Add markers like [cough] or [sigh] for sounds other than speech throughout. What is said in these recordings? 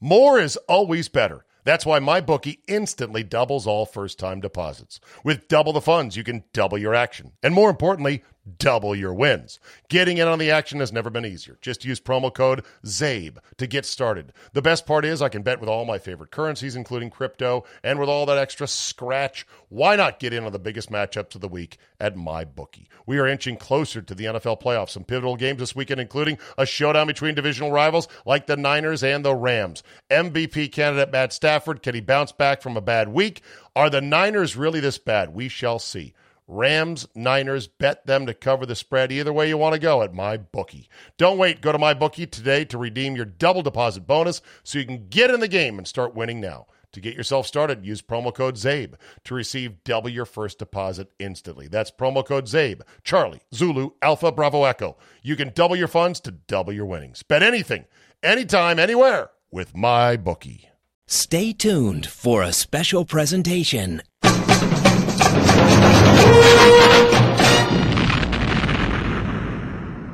More is always better. That's why my bookie instantly doubles all first time deposits. With double the funds, you can double your action. And more importantly, double your wins. Getting in on the action has never been easier. Just use promo code ZABE to get started. The best part is I can bet with all my favorite currencies, including crypto, and with all that extra scratch, why not get in on the biggest matchups of the week at my bookie? We are inching closer to the NFL playoffs. Some pivotal games this weekend, including a showdown between divisional rivals like the Niners and the Rams. MVP candidate Matt Stafford, can he bounce back from a bad week? Are the Niners really this bad? We shall see. Rams, Niners, bet them to cover the spread either way you want to go at my bookie. Don't wait, go to my bookie today to redeem your double deposit bonus so you can get in the game and start winning now. To get yourself started, use promo code ZABE to receive double your first deposit instantly. That's promo code ZABE, Charlie, Zulu, Alpha, Bravo, Echo. You can double your funds to double your winnings. Bet anything, anytime, anywhere with my bookie. Stay tuned for a special presentation.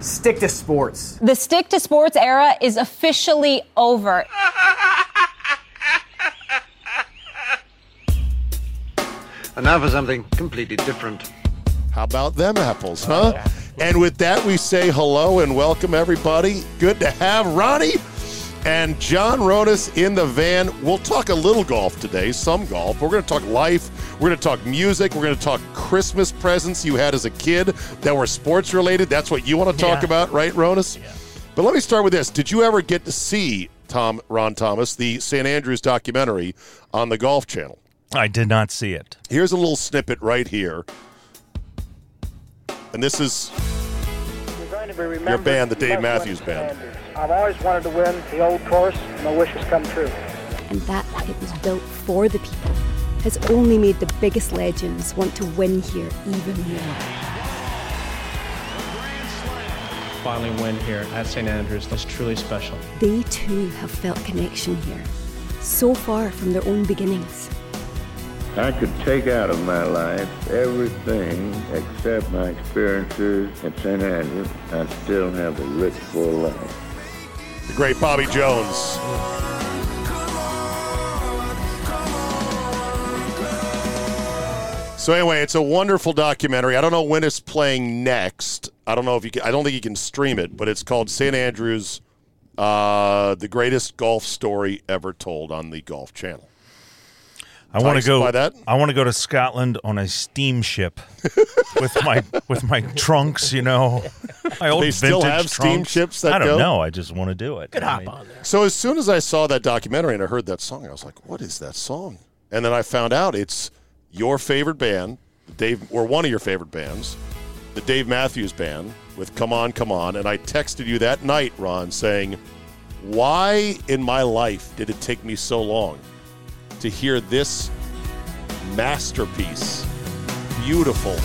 Stick to sports. The stick to sports era is officially over. And now for something completely different. How about them apples, huh? And with that, we say hello and welcome everybody. Good to have Ronnie and John Ronas in the van. We'll talk a little golf today, some golf. We're going to talk life. We're going to talk music. We're going to talk Christmas presents you had as a kid that were sports related. That's what you want to talk about, right, Ronas? But let me start with this. Did you ever get to see Tom Ron Thomas, the St. Andrews documentary on the Golf Channel? I did not see it. Here's a little snippet right here. And this is You're going to be remembered. Your band, the You Dave must win Matthews Band. Andrews. I've always wanted to win the old course, and my wish has come true. and that it was built for the people has only made the biggest legends want to win here even more. finally win here at St. Andrews was truly special. They too have felt connection here, so far from their own beginnings. I could take out of my life everything except my experiences at St. Andrew. I still have a rich, full life. the great Bobby Jones. So anyway, it's a wonderful documentary. I don't know when it's playing next. I don't know if you can, I don't think you can stream it, but it's called St. Andrews uh, the greatest golf story ever told on the Golf Channel. I want Enticed to go. by that? I want to go to Scotland on [laughs] a steamship with my with my trunks. You know, my old They still vintage have trunks. steamships that I don't go? know. I just want to do it. I mean, So as soon as I saw that documentary and I heard that song, I was like, "What is that song?" And then I found out it's your favorite band, Dave, or one of your favorite bands, the Dave Matthews Band with "Come On, Come On." And I texted you that night, Ron, saying, "Why in my life did it take me so long to hear this masterpiece? Beautiful."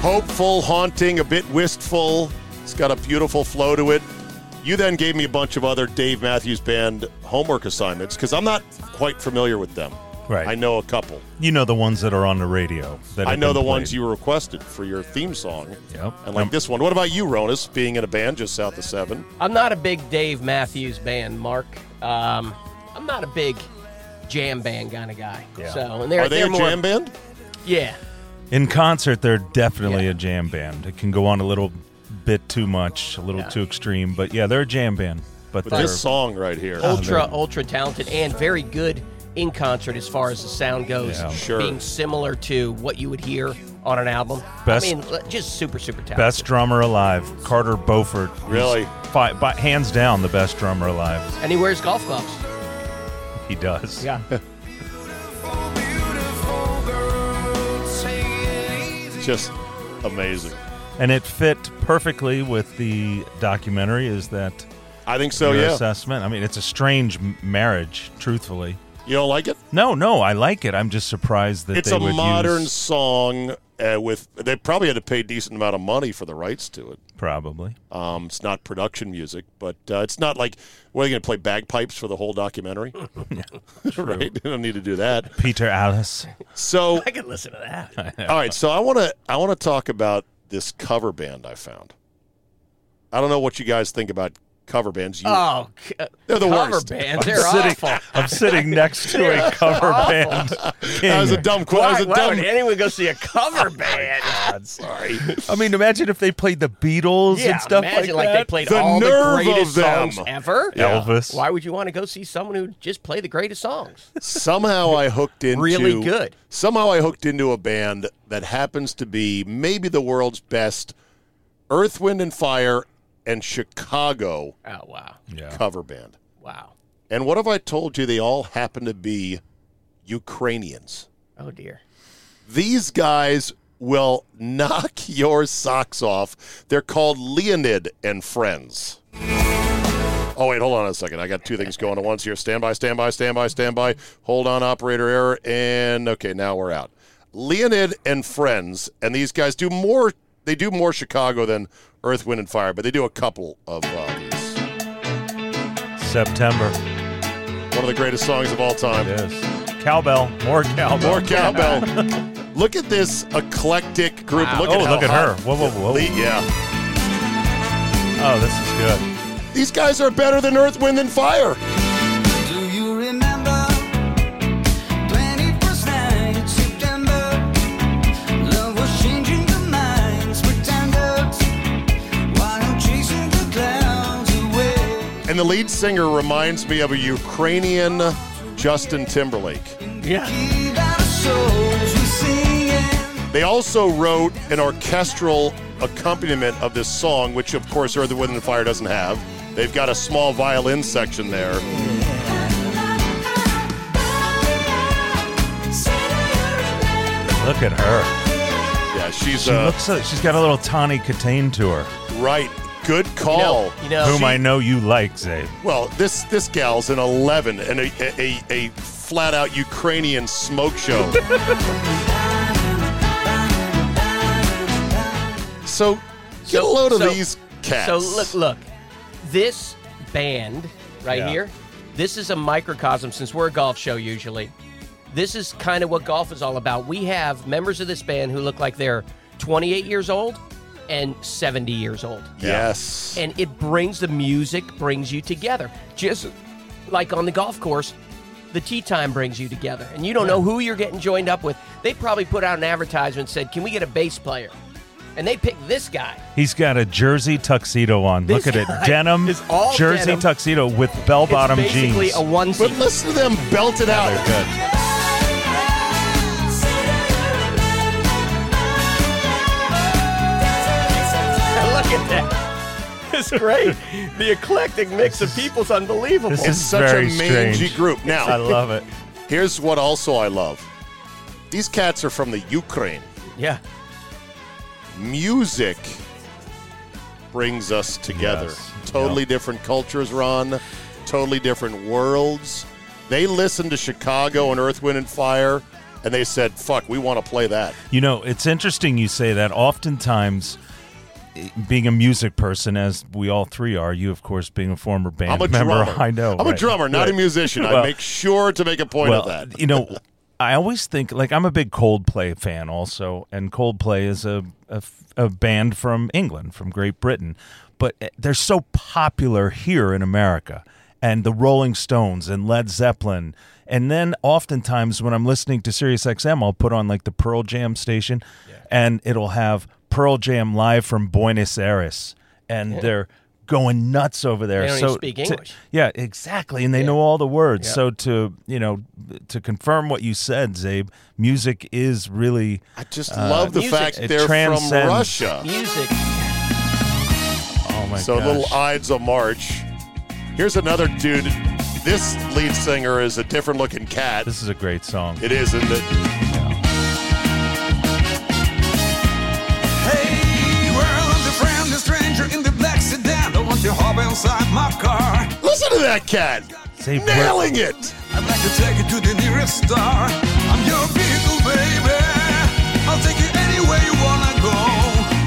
hopeful, haunting, a bit wistful. It's got a beautiful flow to it. You then gave me a bunch of other Dave Matthews Band homework assignments because I'm not quite familiar with them. Right. I know a couple. You know the ones that are on the radio. That I have know the been ones played. you requested for your theme song. Yep. And like Um, this one. What about you, Ronas, being in a band just south of seven? I'm not a big Dave Matthews band, Mark. Um, I'm not a big jam band kind of guy. Yeah. So, and they're, Are they they're a more, jam band? Yeah. in concert. They're definitely Yeah. a jam band. It can go on a little bit too much, a little Yeah. too extreme. But yeah, they're a jam band. But, But they're this song right here. Ultra, ultra talented and very good in concert as far as the sound goes. Yeah. Sure. Being similar to what you would hear on an album. Best- I mean, l- just super, super talented. best drummer alive, Carter Beauford. He's Really? fi- by, hands down, the best drummer alive. And he wears golf gloves. He does. Yeah. Just amazing. And it fit perfectly with the documentary. Is that I think so, your yeah. assessment? I mean, it's a strange m- marriage, truthfully. You don't like it? No, Oh, no, I like it. I'm just surprised that It's they a would modern use song uh, with. They probably had to pay a decent amount of money for the rights to it. probably. Um, it's not production music, but uh, it's not like what are they going to play bagpipes for the whole [laughs] documentary? [laughs] right? They don't need to do that. Peter Alice. So, [laughs] I could listen to that. all right. So I want to I want to talk about this cover band I found. I don't know what you guys think about cover bands. You, [laughs] Oh, c- They're the cover worst. bands. They're sitting, awful. I'm sitting next to a cover band. that was a dumb quote. That Why, was a why would dumb. Oh anyone go see a [laughs] cover band? I'm sorry. I mean, imagine if they played the Beatles Yeah, and stuff imagine like like, that. they played The all nerve the of greatest them. songs ever. Yeah. Elvis. Why would you want to go see someone who just played the greatest [laughs] songs? Somehow I hooked into Really good. Somehow I hooked into a band that happens to be maybe the world's best Earth, Wind and Fire and Chicago Oh wow, Yeah. cover band. wow. And what have I told you? They all happen to be Ukrainians. Oh dear. These guys will knock [laughs] your socks off. They're called Leonid and Friends. Oh, wait, hold on a second. I got two things going at once here. Stand by, stand by, stand by, stand by. Hold on, operator error. And okay, now we're out. Leonid and Friends, and these guys do more, they do more Chicago than Earth, Wind, and Fire, but they do a couple of uh, these. September. One of the greatest songs of all time. Yes. Cowbell. More cowbell. More cowbell. look at this eclectic group. Wow. Look at Oh, how look at her. hot- Whoa, whoa, whoa. Le- yeah. Oh, this is good. These guys are better than Earth, Wind, and Fire. Do you remember 21st night in September? Love was changing the minds, pretenders, while chasing the clouds away. And the lead singer reminds me of a Ukrainian Justin Timberlake. Yeah. Give our souls, we sing They also wrote an orchestral accompaniment of this song, which, of course, Earth, Wind, and Fire doesn't have. They've got a small violin section there. Look at her. Yeah, she's She uh, looks. Like, she's got a little Tawny Katane to her, right. Good call. You know, whom I know you like, Zabe. Well, this this gal's an 11 and a, a, a flat out Ukrainian smoke show. so get a load of so- these cats. So look, look, this band right Yeah. here. This is a microcosm since we're a golf show usually. This is kind of what golf is all about. We have members of this band who look like they're 28 years old and 70 years old. Yes. and it brings the music brings you together just like on the golf course the tea time brings you together and you don't know who you're getting joined up with they probably put out an advertisement said can we get a bass player and they picked this guy He's got a jersey tuxedo on. This Look at guy it. Denim. is all jersey denim. tuxedo with bell bottom it's basically jeans. a one [laughs] but listen to them belt it out. Good. look at that it's great the eclectic mix of people's unbelievable This It's is such a very mangy strange. group. Now, I love it. here's what also I love. These cats are from the Ukraine. yeah Music brings us together. Yes. Totally different cultures, Ron. Totally different worlds. They listened to Chicago and Earth, Wind, and Fire, and they said, fuck, we want to play that. You know, it's interesting you say that. Oftentimes, i- being a music person, as we all three are, you, of course, being a former band I'm a member, drummer. [laughs] I know. I'm a right. drummer, not a Right. [laughs] musician. I Well- make sure to make a point well, of that. you know, I always think like I'm a big Coldplay fan also, and Coldplay is a, a f- a band from England, from Great Britain, but eh, they're so popular here in America. And the Rolling Stones and Led Zeppelin. And then oftentimes when I'm listening to Sirius XM, I'll put on like the Pearl Jam station and it'll have Pearl Jam live from Buenos Aires. And they're going nuts over there. They don't even so speak to- English. yeah, exactly, and they know all the words. Yeah. So to you know, to confirm what you said, Zabe, music is really I just love the music- fact uh, it they're from transcends- Russia. music [laughs] oh my So gosh. little Ides of March. Here's another dude. This lead singer is a different looking cat. this is a great song. It is, isn't it? Hey, world, I'm the friend, the stranger in the black sedan. I want your hop inside my car. Listen to that cat. Zabe, where- Nailing it. I'd like to take you to the nearest star. I'm your vehicle, baby. I'll take you anywhere you wanna go.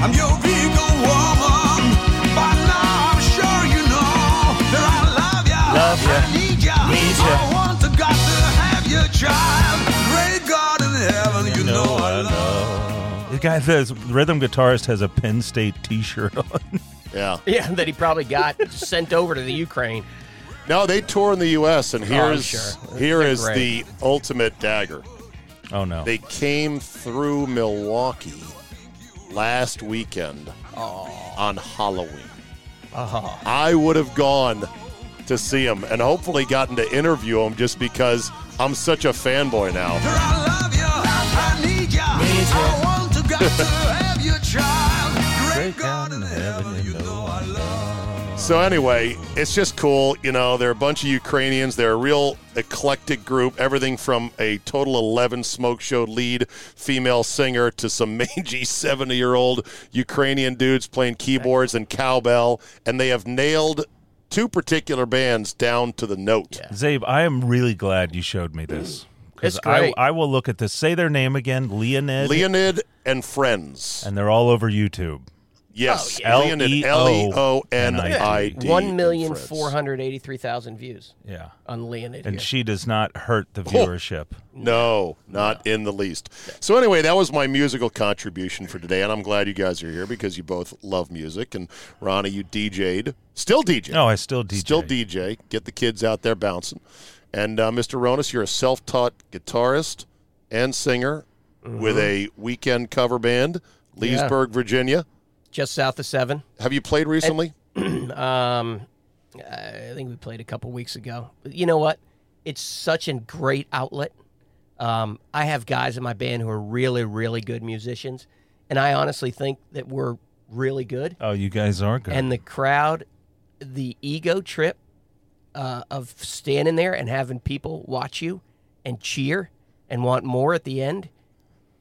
I'm your vehicle, woman. By now, I'm sure you know that I love ya. Love ya. I need ya. Need ya. I want to, got to have your child. Great God in heaven, you, know, I love. It guy, the rhythm guitarist, has a Penn State T-shirt on. Yeah. Yeah, that he probably got sent over to the Ukraine. No, they tour in the U.S. and I'm here's Oh, sure. here They're is great. the ultimate dagger. Oh no! They came through Milwaukee last weekend on Halloween. Uh-huh. I would have gone to see him and hopefully gotten to interview him just because I'm such a fanboy now. I love you. I need you. I want to got [laughs] to have your child. Great God in heaven, you know I love. So anyway, it's just cool. You know, they're a bunch of Ukrainians. They're a real eclectic group. Everything from a total 11 smoke show lead female singer to some [laughs] mangy 70 year old Ukrainian dudes playing keyboards and cowbell. And they have nailed two particular bands down to the note. Zabe, I am really glad you showed me this. 'Cause It's great. I, I will look at this. Say their name again, Leonid, Leonid and Friends. and they're all over YouTube. Yes. yeah. Leonid. L Oh, E O N I D. One million four hundred eighty-three thousand views Yeah, on Leonid. and here. she does not hurt the viewership. No, not in the least. So anyway, that was my musical contribution for today, and I'm glad you guys are here because you both love music. And Ronnie, you DJ'd, still DJ, Oh, No, oh, I still DJ. still DJ. Get the kids out there bouncing. And uh, Mr. Ronas, you're a self-taught guitarist and singer with a weekend cover band, Leesburg, Virginia. just south of seven. [clears throat] Have you played recently? Um, I think we played a couple weeks ago. But You know what? It's such a great outlet. Um, I have guys in my band who are really, really good musicians, and I honestly think that we're really good. Oh, you guys are good. And the crowd, the ego trip uh, of standing there and having people watch you and cheer and want more at the end.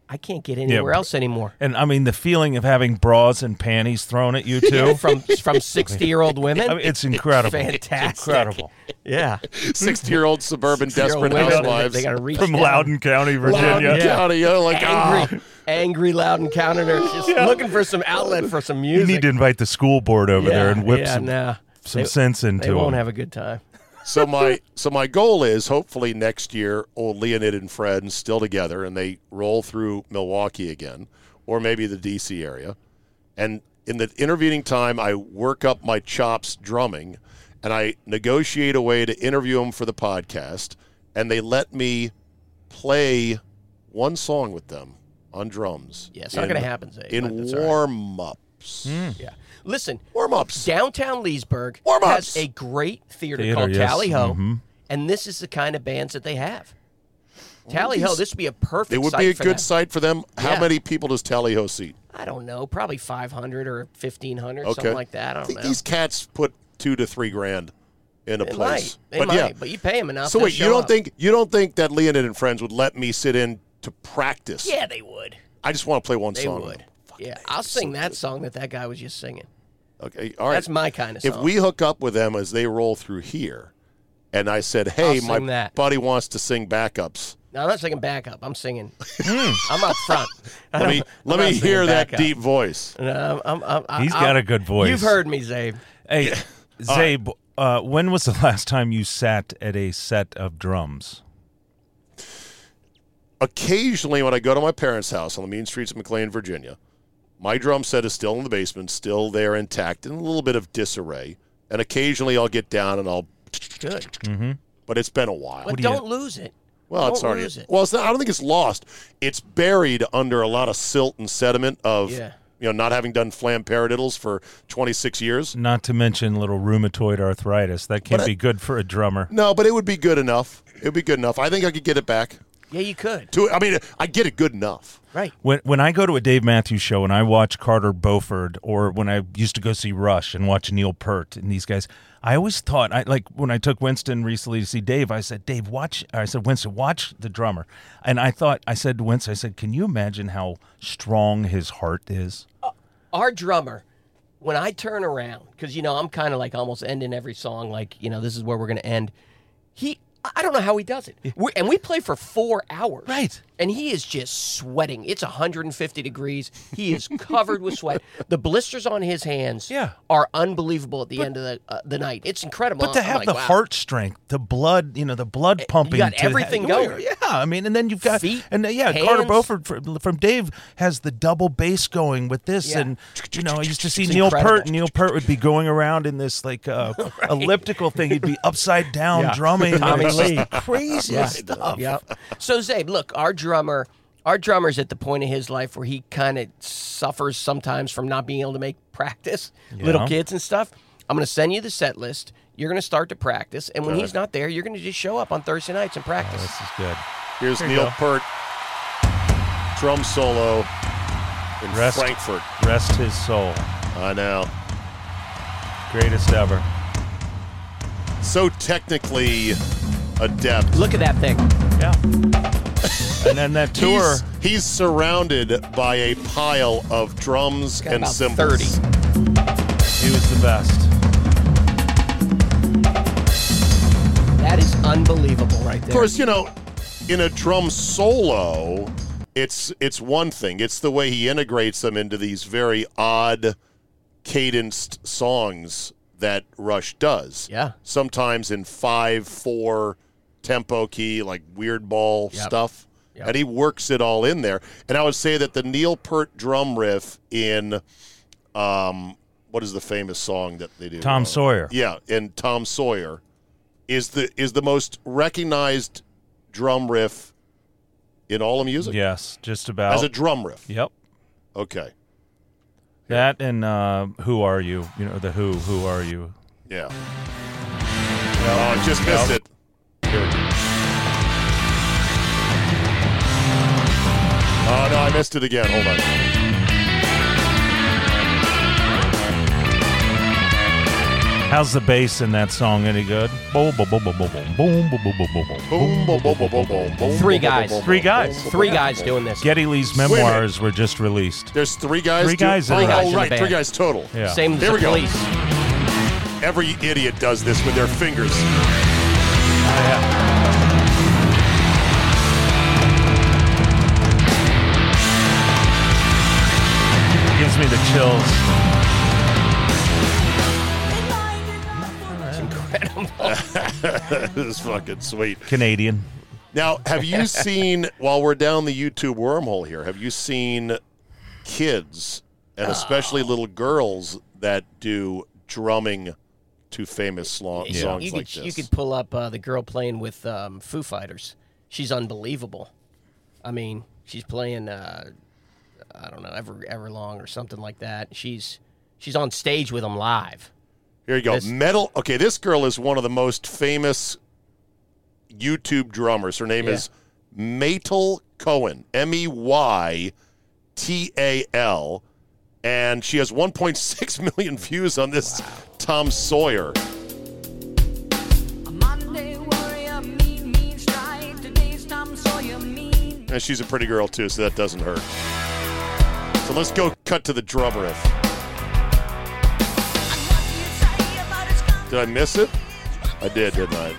I can't get anywhere but- else anymore. and I mean the feeling of having bras and panties thrown at you too. [laughs] From from sixty year old women, [laughs] I mean, it's incredible. [laughs] fantastic. It's incredible. yeah. Sixty-year-old suburban desperate Your women, housewives They gotta reach From down. Loudoun County, Virginia. Loudoun Yeah. County, oh, like ah. Angry, angry Loudon County. They're [laughs] just looking for some outlet for some music. You need to invite the school board over yeah, there and whip yeah, some, nah. some They- sense into They won't them. have a good time. So my so my goal is hopefully next year old Leonid and Fred still together and they roll through Milwaukee again or maybe the DC area. And in the intervening time I work up my chops drumming and I negotiate a way to interview them for the podcast and they let me play one song with them on drums. Yeah, it's not in- gonna happen, Zay, but In that's all right. warm-ups. Yeah. Listen, Warm-ups. downtown Leesburg Warm-ups. has a great theater, Theater, called yes. Tally Ho, Mhm. and this is the kind of bands that they have. Tally Ho, these- this would be a perfect. It would site be a for good that. site for them. How Yeah. many people does Tally Ho seat? I don't know, probably five hundred or fifteen hundred, something like that. I don't think know. these cats put two to three grand in a They place. might, they might, but you pay them enough. so they'll wait, you show don't up. think you don't think that Leonid and friends would let me sit in to practice? Yeah, they would. I just want to play one They song. would. Yeah, I'll sing that song that that guy was just singing. Okay, all right. That's my kind of song. If we hook up with them as they roll through here, and I said, "Hey, I'll my sing that. buddy wants to sing backups," no, I'm not singing backup. [laughs] I'm singing. I'm up front. let I don't- me [laughs] I'm let not me singing hear that backup. deep voice. No, I'm, I'm, I'm, He's I'm- got a good voice. You've heard me, Zabe. [laughs] Hey, Zabe, uh, when was the last time you sat at a set of drums? occasionally when I go to my parents' house on the mean streets of McLean, Virginia, my drum set is still in the basement, still there intact, in a little bit of disarray. And occasionally I'll get down and I'll, Good. but it's been a while. But don't lose it. well, don't it's already. lose it. Well, it's not, I don't think it's lost. It's buried under a lot of silt and sediment of Yeah. you know not having done flam paradiddles for 26 years. Not to mention little rheumatoid arthritis. That can But I- not be good for a drummer. No, but it would be good enough. It would be good enough. I think I could get it back. Yeah, you could. To I mean, I get it good enough. Right. When when I go to a Dave Matthews show and I watch Carter Beauford, or when I used to go see Rush and watch Neil Peart and these guys, I always thought I like when I took Winston recently to see Dave. I said, Dave, watch. I said, Winston, watch the drummer. And I thought I said to Winston, I said, can you imagine how strong his heart is? Our drummer, when I turn around, because you know I'm kind of like almost ending every song, like you know this is where we're gonna end. He I- I don't know how he does it. We're, and we play for four hours. Right. And he is just sweating. It's 150 degrees. He is covered with sweat. The blisters on his hands Yeah. are unbelievable at the end of the, uh, the night. It's incredible. But to I'm have like, the wow. heart strength, the blood, you know, the blood pumping, got to- everything Well, going. Yeah, ah, I mean, and then you've got Feet, and uh, yeah, Carter hands. Beauford from, from Dave has the double bass going with this, Yeah. and you know, I used to see It's Neil incredible. Peart. Neil Peart would be going around in this like Oh, [laughs] uh, elliptical thing. [laughs] He'd be upside down Yeah. drumming. Tommy It's just [laughs] Lee. the craziest stuff. Yeah. [laughs] So Zabe, look, our drummer, our drummer's at the point of his life where he kind of suffers sometimes from not being able to make practice, little kids and stuff. I'm going to send you the set list. You're going to start to practice, and when he's not there, you're going to just show up on Thursday nights and practice. This is good. Here's Neil Peart, drum solo in Rest. Frankfurt. Rest his soul, I know. greatest ever. So technically adept. Look at that thing. Yeah. and then that tour. He's, he's surrounded by a pile of drums Got and about cymbals. 30. He was the best. That is unbelievable, right there. Of course, you know, in a drum solo, it's it's one thing. It's the way he integrates them into these very odd cadenced songs that Rush does. Yeah. Sometimes in five, four tempo key, like weird ball Yep. stuff. Yep. And he works it all in there. And I would say that the Neil Peart drum riff in um what is the famous song that they do? Tom Uh, Sawyer. yeah, and Tom Sawyer is the is the most recognized drum riff in all of music. Yes, just about. As a drum riff. yep. Okay. That and uh, Who Are You? You know, the Who, Who Are You? Yeah. Oh, I just missed Yep. it. Here we go. Oh no, I missed it again. Hold on. How's the bass in that song any good? Boom, boom, boom, boom, boom, boom, boom, boom, boom, boom, boom, boom. Boom, boom, boom, boom, boom, boom, boom. Three boom, boom, guys. boom, boom, Three boom, guys. boom, boom, Three boom, guys boom. doing this. Getty Lee's a minute. memoirs were just released. There's three guys. Three do- guys in Oh, the band. oh, right. Three band. guys total. Yeah. Same as There the we go. police. Every idiot does this with their fingers. Gives me the chills. [laughs] this is fucking sweet. Canadian. Now, have [laughs] you seen while we're down the YouTube wormhole here? Have you seen kids and especially Oh. little girls that do drumming to famous slo- You- songs you, like could, this? you could pull up uh, the girl playing with um, Foo Fighters. She's unbelievable. I mean, she's playing uh, I don't know ever Everlong or something like that. She's she's on stage with them live. here you go. this- Metal. Okay, this girl is one of the most famous YouTube drummers. Her name Yeah. is Maytal Cohen. M E Y T A L. And she has 1.6 [laughs] million views on this Tom Sawyer. And she's a pretty girl too, so that doesn't hurt. So let's go cut to the drum riff. Did I miss it? I did, didn't I?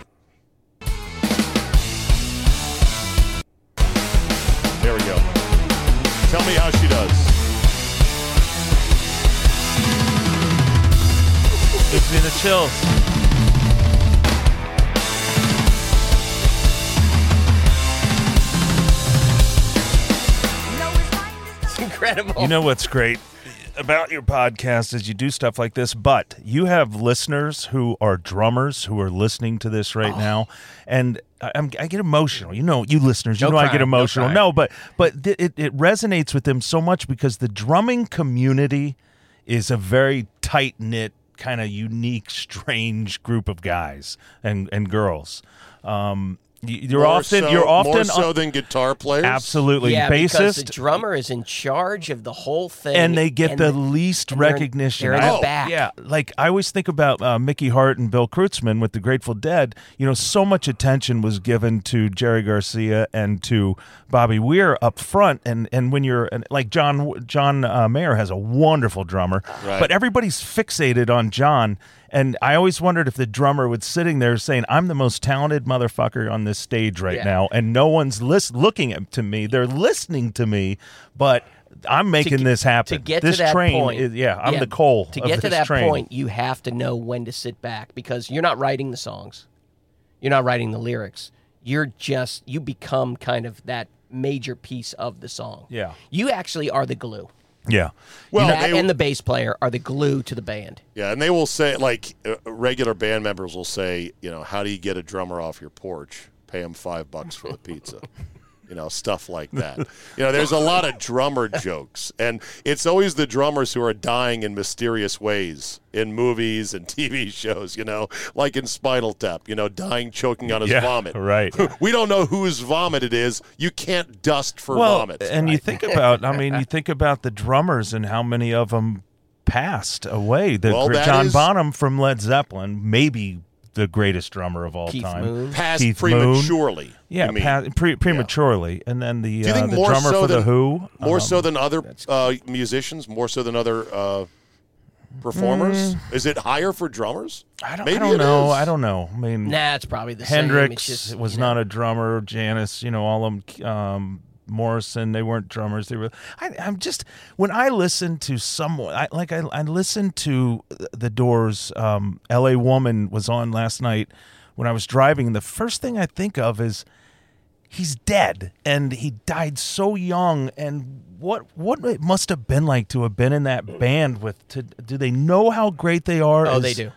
There we go. Tell me how she does. Gives me the chills. It's incredible. You know what's great about your podcast is you do stuff like this, but you have listeners who are drummers who are listening to this Oh. right now, and I, I'm, I get emotional. You know, you listeners, you No know I crying, get no emotional. crying. No, but but th- it, it resonates with them so much because the drumming community is a very tight knit, kind of unique, strange group of guys and and girls. Um, y- you're More often so- you're often more so than guitar players. absolutely yeah, because the bassist drummer is in charge of the whole thing, and they get and the least and they're in- recognition. they're in I- the back. Yeah, like I always think about uh, Mickey Hart and Bill Kreutzmann with the Grateful Dead. You know, so much attention was given to Jerry Garcia and to Bobby Weir up front, and and when you're and like John John uh, Mayer has a wonderful drummer, Right. but everybody's fixated on John. And I always wondered if the drummer was sitting there saying, "I'm the most talented motherfucker on this stage right Yeah. now," and no one's lis- looking at to me. They're listening to me, but I'm making get- this happen. To get this to that train, point, is- yeah, I'm the coal To of get to this that train. point, you have to know when to sit back because you're not writing the songs, you're not writing the lyrics. You're just you become kind of that major piece of the song. Yeah. you actually are the glue. Yeah, Well, that they- and the bass player are the glue to the band. Yeah, and they will say like uh, regular band members will say, you know, how do you get a drummer off your porch? Pay him five bucks for the pizza. [laughs] You know, stuff like that. You know, there's a lot of drummer jokes, and it's always the drummers who are dying in mysterious ways in movies and TV [laughs] shows, you know, like in Spinal Tap, you know, dying choking on his Yeah, vomit. [laughs] right. we don't know whose vomit it is. You can't dust for well, vomit. and you think about, I [laughs] mean, you think about the drummers and how many of them passed away. The Well, gr- that John is- Bonham from Led Zeppelin, maybe the greatest drummer of all Keith time. Moon. Passed Keith Moon. prematurely. Yeah, you mean. pa- pre- prematurely, and then the Do you uh, think the more drummer so for the than, Who, More um, so than other uh, musicians, more so than other uh, performers. Is it higher for drummers? Mm. I don't, Maybe I don't it know. is. I don't know. I mean, Nah, it's probably the same. Hendrix It's just, was you know, not a drummer. Janis, you know, all of them. Um, Morrison, they weren't drummers. They were. I, I'm just when I listen to someone, I, like I, I listened to the Doors. Um, L.A. Woman was on last night when I was driving. The first thing I think of is he's dead and he died so young and what what it must have been like to have been in that band with to do they know how great they are Oh, Is- they do.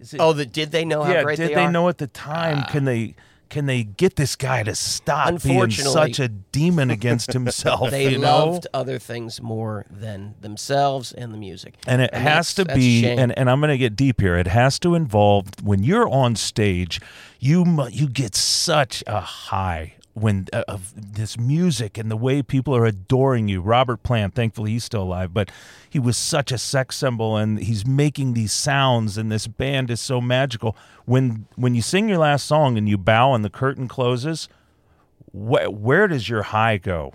it- oh, the, did they know how yeah, great did they, they, are? Ah. know at the time? can they can they get this guy to stop being Unfortunately- such a [laughs] demon against himself? They you know? loved other things more than themselves and the music. and it has that's- to that's a be shame. and, and i'm going to get deep here it has to involve when you're on stage you mu- you get such a high when uh, of this music and the way people are adoring you robert plant thankfully he's still alive but he was such a sex symbol and he's making these sounds and this band is so magical when when you sing your last song and you bow and the curtain closes wh- where does your high go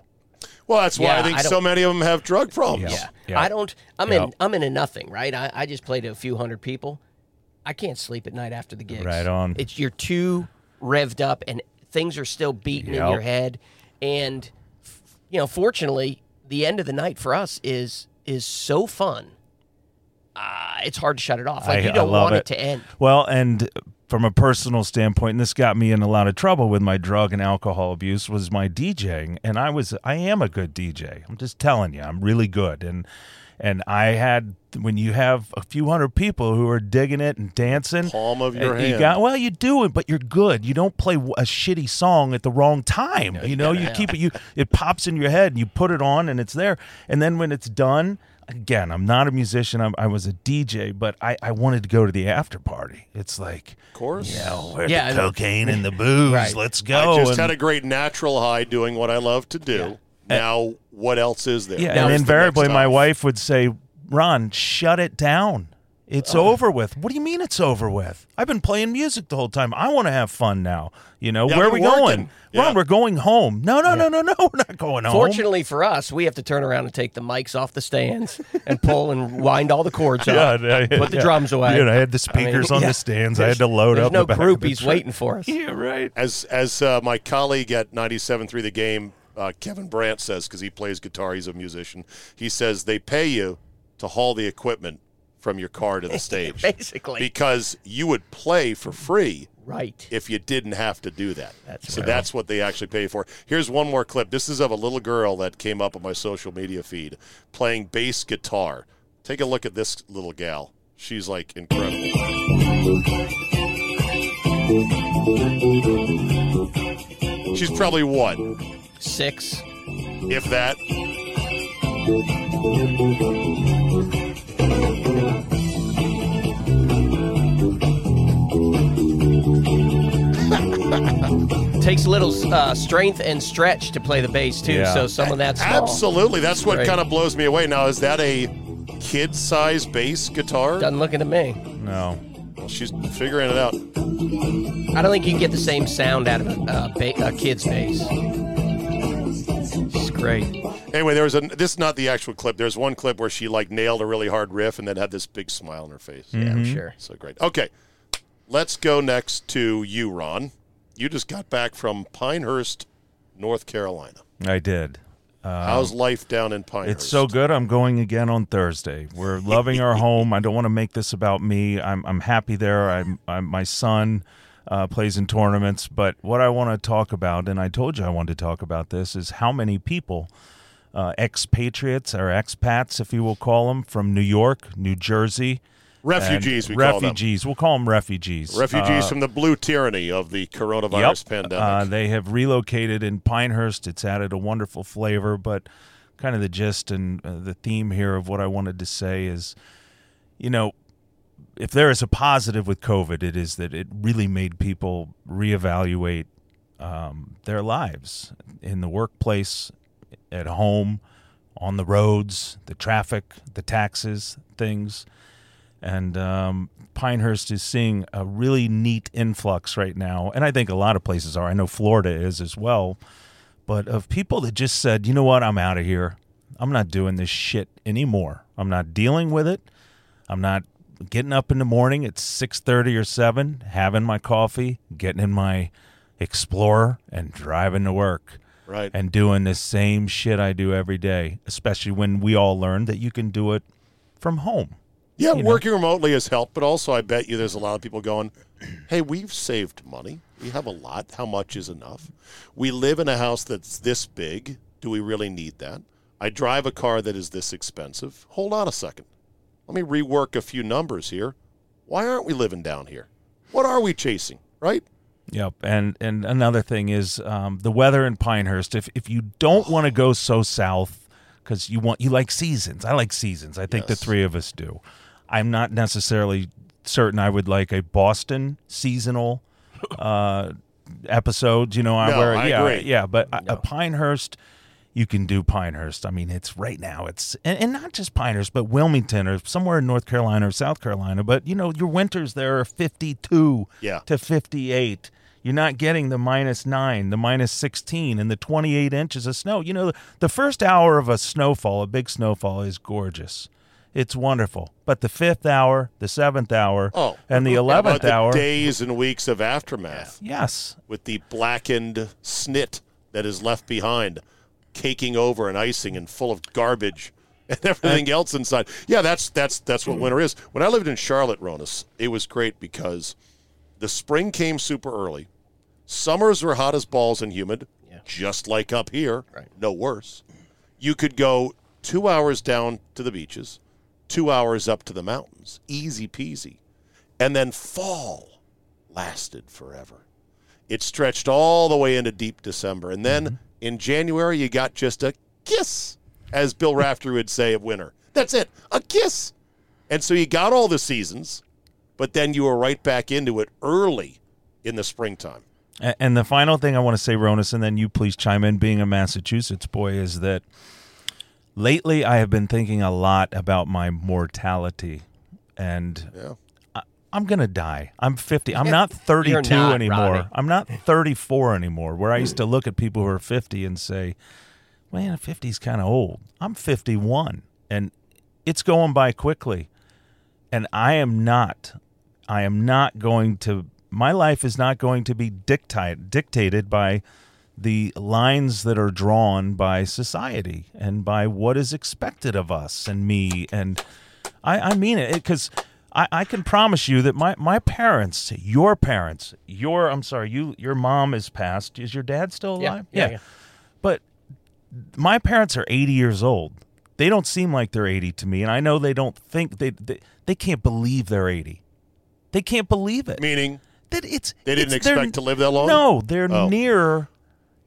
Well, that's why I Yeah, think I so don't- many of them have drug problems. Yeah. Yeah. I don't I'm Yeah. in I'm in a nothing, right? I, I just played to a few hundred people. I can't sleep at night after the gigs. Right on. It's you're too revved up and things are still beating in Yep. your head. And f- you know, fortunately, the end of the night for us is is so fun. Uh, it's hard to shut it off. Like you don't want it. to end. Well, and from a personal standpoint, and this got me in a lot of trouble with my drug and alcohol abuse was my DJing, and I was I am a good DJ. I'm just telling you, I'm really good, and and I had when you have a few hundred people who are digging it and dancing, Palm of your you hand. got well, you do it, but you're good. You don't play a shitty song at the wrong time. you know, you keep it. You it pops in your head, and you put it on, and it's there. And then when it's done, again, I'm not a musician. I'm, I was a DJ, but I, I wanted to go to the after party. It's like, Of course. yeah, where Yeah, the I- cocaine and the booze. Right. Let's I go. just Oh, and- had a great natural high doing what I love to do. Now, what else is there? yeah, Where's and the invariably, next my high? wife would say, "Ron, shut it down." It's Oh. over with. What do you mean it's over with? I've been playing music the whole time. I want to have fun now. You know, Yeah, where are we're we going? working. Yeah. Ron, we're going home. No, no, no, no, no. We're not going home. Fortunately for us, we have to turn around and take the mics off the stands and pull and wind all the cords [laughs] Yeah, up, yeah, put the yeah. drums away. Dude, I had the I mean, speakers on yeah. the stands. I had to load There's up. no the back of the groupies truck. waiting for us. [laughs] Yeah, right. As as uh, my colleague at 97.3 The Game, uh, Kevin Brandt says, because he plays guitar, he's a musician. He says they pay you to haul the equipment from your car to the stage, Basically. because you would play for free Right. if you didn't have to do that. That's so right. that's what they actually pay for. Here's one more clip. This is of a little girl that came up on my social media feed playing bass guitar. Take a look at this little gal. She's like incredible. She's probably what, Six. if that? Takes a little uh, strength and stretch to play the bass too. Yeah. So someone that's small Absolutely. That's what Right. kind of blows me away. Now, is that a kid size bass guitar? doesn't look into me. No. Well, she's figuring it out. I don't think you can get the same sound out of a, a, ba- a kid's bass. It's great. Anyway, there was a. This is not the actual clip. There's one clip where she like nailed a really hard riff and then had this big smile on her face. Yeah, I'm Mm-hmm. sure. So great. Okay, let's go next to you, Ron. You just got back from Pinehurst, North Carolina. I did. Uh, How's life down in Pinehurst? It's so good. I'm going again on Thursday. We're loving our home. I don't want to make this about me. I'm I'm happy there. I'm, I'm my son uh, plays in tournaments, but what I want to talk about, and I told you I wanted to talk about this, is how many people, uh, expatriates or expats, if you will call them, from New York, New Jersey, Refugees, and we call them. refugees. We'll call them refugees. Refugees from the blue tyranny of the coronavirus pandemic. Uh, they have relocated in Pinehurst. It's added a wonderful flavor, but kind of the gist and uh, the theme here of what I wanted to say is, you know, if there is a positive with COVID, it is that it really made people reevaluate um, their lives in the workplace, at home, on the roads, the traffic, the taxes, things and um, Pinehurst is seeing a really neat influx right now, and I think a lot of places are. I know Florida is as well, but of people that just said, "You know what? I'm out of here. I'm not doing this shit anymore. I'm not dealing with it. I'm not getting up in the morning at 6:30 or 7, having my coffee, getting in my Explorer, and driving to work." Right. And doing the same shit I do every day, especially when we all learned that you can do it from home. yeah, know. working remotely has helped, but also I bet you there's a lot of people going, "Hey, we've saved money. We have a lot. How much is enough? We live in a house that's this big. Do we really need that? I drive a car that is this expensive. Hold on a second. Let me rework a few numbers here. Why aren't we living down here? What are we chasing? Right? Yep, and and another thing is um, the weather in Pinehurst. If if you don't want to go so south, because you want you like seasons. I like seasons. I think the Yes. three of us do. I'm not necessarily certain I would like a Boston seasonal uh, episode. You know, I No, Uh, where I yeah agree. yeah, but a, a Pinehurst. You can do Pinehurst. I mean, it's right now. It's and, and not just Pinehurst, but Wilmington or somewhere in North Carolina or South Carolina. But you know, your winters there are 52 Yeah. to 58. You're not getting the minus nine, the minus 16, and the 28 inches of snow. You know, the first hour of a snowfall, a big snowfall, is gorgeous. It's wonderful. But the fifth hour, the seventh hour, Oh, and the 11th About the hour. days and weeks of aftermath. Yes. with the blackened snit that is left behind, caking over and icing and full of garbage [laughs] and everything else inside. Yeah, that's that's that's what winter is. When I lived in Charlotte, Ronas, it was great because the spring came super early. Summers were hot as balls and humid, just like up here, no worse. You could go two hours down to the beaches, two hours up to the mountains, easy peasy. And then fall lasted forever. It stretched all the way into deep December. And then in January, you got just a kiss, as [laughs] Bill Rafter would say of winter. That's it, a kiss. And so you got all the seasons, but then you were right back into it early in the springtime. A- And the final thing I want to say, Ronis, and then you please chime in, being a Massachusetts boy, is that lately I have been thinking a lot about my mortality. And Yeah. I'm gonna die. I'm 50. I'm not 32 not, anymore. Ronnie. I'm not 34 anymore. Where I used to look at people who are 50 and say, "Man, 50 is kind of old." I'm 51, and it's going by quickly. And I am not. I am not going to. My life is not going to be dictate, dictated by the lines that are drawn by society and by what is expected of us and me and I, I mean it because I, I can promise you that my, my parents, your parents, your I'm sorry, you your mom is passed. Is your dad still Yeah, alive? yeah, yeah. But my parents are 80 years old. They don't seem like they're 80 to me, and I know they don't think they they, they can't believe they're 80. They can't believe it Meaning, that it's They didn't it's their- expect to live that long? No, they're Oh. near